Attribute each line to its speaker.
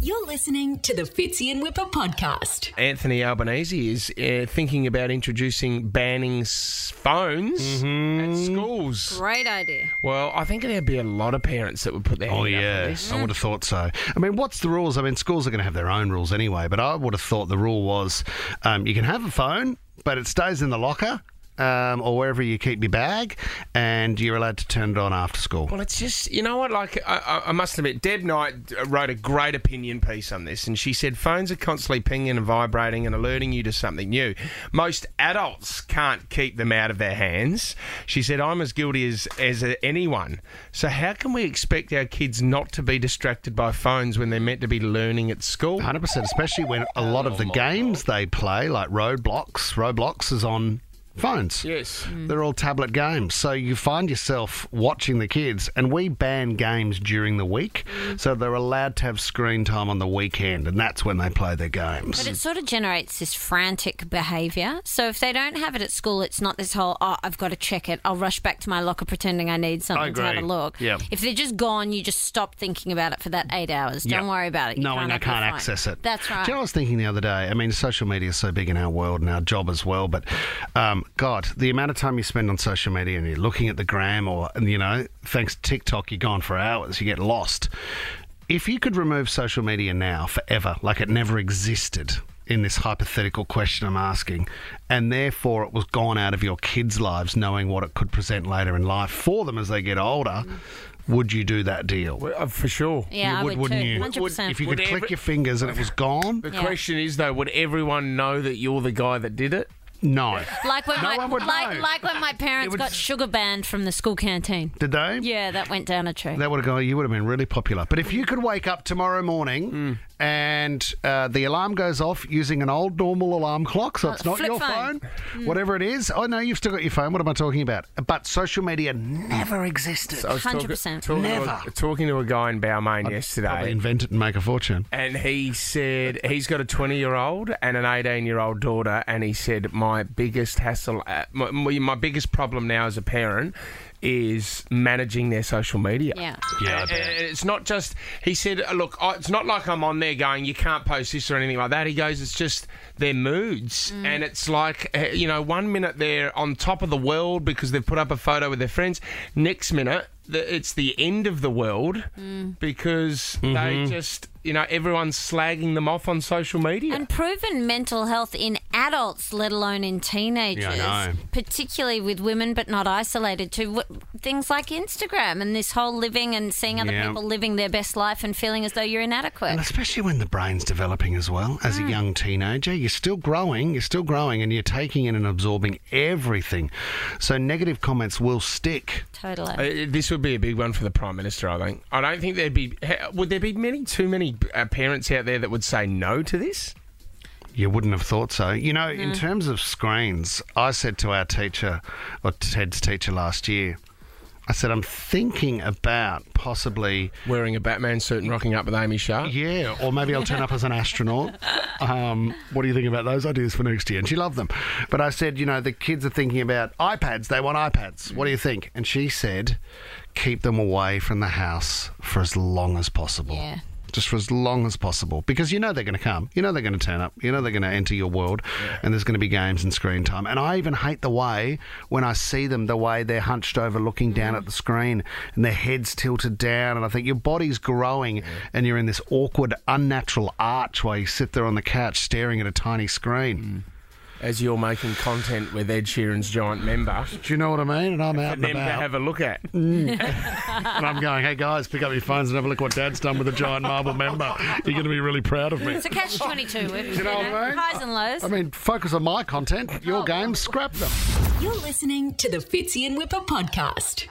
Speaker 1: You're listening to the Fitzy and Whipper podcast.
Speaker 2: Anthony Albanese is uh, thinking about introducing banning s- phones at schools.
Speaker 3: Mm-hmm. Great idea.
Speaker 2: Well, I think there'd be a lot of parents that would put their
Speaker 4: Oh
Speaker 2: hand up on
Speaker 4: yeah,
Speaker 2: this.
Speaker 4: I would have thought so. I mean, what's the rules? I mean, schools are going to have their own rules anyway, but I would have thought the rule was um, you can have a phone, but it stays in the locker um, or wherever you keep your bag, and you're allowed to turn it on after school.
Speaker 2: Well, it's just you know what? Like I, I- I must admit, Deb Knight uh, wrote a great opinion piece on this, and she said phones are constantly pinging and vibrating and alerting you to something new. Most adults can't keep them out of their hands. She said, "I'm as guilty as as uh, anyone." So how can we expect our kids not to be distracted by phones when they're meant to be learning at school?
Speaker 4: 100%, especially when a lot of the games they play, like Roadblocks, Roblox is on phones.
Speaker 2: Yes.
Speaker 4: They're all tablet games. So you find yourself watching the kids, and we ban games during the week. So they're allowed to have screen time on the weekend, and that's when they play their games.
Speaker 3: But it sort of generates this frantic behaviour. So if they don't have it at school, it's not this whole, oh, I've got to check it. I'll rush back to my locker pretending I need something to have a
Speaker 4: agree.
Speaker 3: look.
Speaker 4: Yep.
Speaker 3: If they're just gone, you just stop thinking about it for that eight hours. Don't
Speaker 4: Yeah.
Speaker 3: worry about it. You
Speaker 4: Knowing
Speaker 3: can't
Speaker 4: I
Speaker 3: have
Speaker 4: can't
Speaker 3: your phone.
Speaker 4: access it.
Speaker 3: That's right.
Speaker 4: Do you know what I was thinking the other day? I mean, social media is so big in our world and our job as well, but um, God, the amount of time you spend on social media and you're looking at the gram or, and, you know, thanks to TikTok, you're gone for hours, you get lost. If you could remove social media now forever, like it never existed in this hypothetical question I'm asking, and therefore it was gone out of your kids' lives, knowing what it could present later in life for them as they get older,
Speaker 3: Mm.
Speaker 4: would you do that deal?
Speaker 2: Uh, for sure.
Speaker 3: yeah, I
Speaker 4: you would,
Speaker 3: would
Speaker 4: wouldn't
Speaker 3: too.
Speaker 4: you?
Speaker 3: 100%.
Speaker 4: if you
Speaker 2: Would
Speaker 4: could click
Speaker 2: every-
Speaker 4: your fingers and it was gone?
Speaker 2: The
Speaker 3: Yeah.
Speaker 2: question is though, would everyone know that you're the guy that did it?
Speaker 4: No.
Speaker 3: like when
Speaker 4: No
Speaker 3: my,
Speaker 4: one would
Speaker 3: like,
Speaker 4: know.
Speaker 3: like when my parents
Speaker 4: would-
Speaker 3: got sugar banned from the school canteen.
Speaker 4: Did they?
Speaker 3: Yeah, that went down a tree.
Speaker 4: That would have gone, you would have been really popular. But if you could wake up tomorrow morning
Speaker 3: Hmm.
Speaker 4: and uh, the alarm goes off using an old normal alarm clock, so it's not
Speaker 3: Uh, flip
Speaker 4: your
Speaker 3: phone. Hmm.
Speaker 4: phone, whatever it is. Oh, no, you've still got your phone. What am I talking about? But social media never existed.
Speaker 2: I was
Speaker 3: 100%.
Speaker 2: Talking, talking, To
Speaker 4: Never.
Speaker 2: a, talking to a guy in Balmain
Speaker 4: Probably
Speaker 2: yesterday.
Speaker 4: invent it and make a fortune.
Speaker 2: And he said he's got a 20 year old and an 18 year old daughter. And he said, My biggest hassle, uh, my, my my biggest problem now as a parent is managing their social media.
Speaker 3: Yeah.
Speaker 4: Yeah, I
Speaker 2: And-
Speaker 4: bet.
Speaker 2: and it's not just, he said, "Uh, Look, I, it's not like I'm on there going, You can't post this or anything like that. He goes, It's just their moods. And it's like, uh, you know, one minute they're on top of the world because they've put up a photo with their friends. Next minute, the, it's the end of the world because they just, you know, everyone's slagging them off on social media.
Speaker 3: And proven mental health in adults, let alone in teenagers,
Speaker 4: know.
Speaker 3: particularly with women, but not isolated to w- things like Instagram and this whole living and seeing other
Speaker 4: Yeah.
Speaker 3: people living their best life and feeling as though you're inadequate.
Speaker 4: And especially when the brain's developing as well. As a young teenager, you're still growing, you're still growing, and you're taking in and absorbing everything. So negative comments will stick.
Speaker 3: Totally.
Speaker 2: Uh, this would be a big one for the prime minister. I think. I don't think there'd be. ha- Would there be many too many uh, parents out there that would say no to this?
Speaker 4: You wouldn't have thought so. You know, in terms of screens, I said to our teacher, or Ted's teacher last year, I said, I'm thinking about possibly,
Speaker 2: Wearing a Batman suit and rocking up with Amy Sharp.
Speaker 4: yeah, or maybe I'll turn up as an astronaut. Um, what do you think about those ideas for next year? And she loved them. But I said, you know, the kids are thinking about iPads. They want iPads. What do you think? And she said, keep them away from the house for as long as possible.
Speaker 3: Yeah.
Speaker 4: Just for as long as possible, because you know they're going to come, you know they're going to turn up, you know they're going to enter your world, and there's going to be games and screen time. And I even hate the way when I see them, the way they're hunched over, looking down at the screen, and their heads tilted down, and I think your body's growing, and you're in this awkward, unnatural arch while you sit there on the couch staring at a tiny screen.
Speaker 2: Mm. As you're making content with Ed Sheeran's giant member,
Speaker 4: Do you know what I mean? And I'm out
Speaker 2: them
Speaker 4: and
Speaker 2: to
Speaker 4: about,
Speaker 2: have a look at.
Speaker 4: and I'm going, "Hey guys, pick up your phones and have a look what Dad's done with a giant marble member. You're going to be really proud of me."
Speaker 3: it's a catch 22. you
Speaker 4: know what I mean?
Speaker 3: Highs and lows.
Speaker 4: I mean, focus on my content. Your games, scrap them.
Speaker 1: You're listening to the Fitzy and Whipper podcast.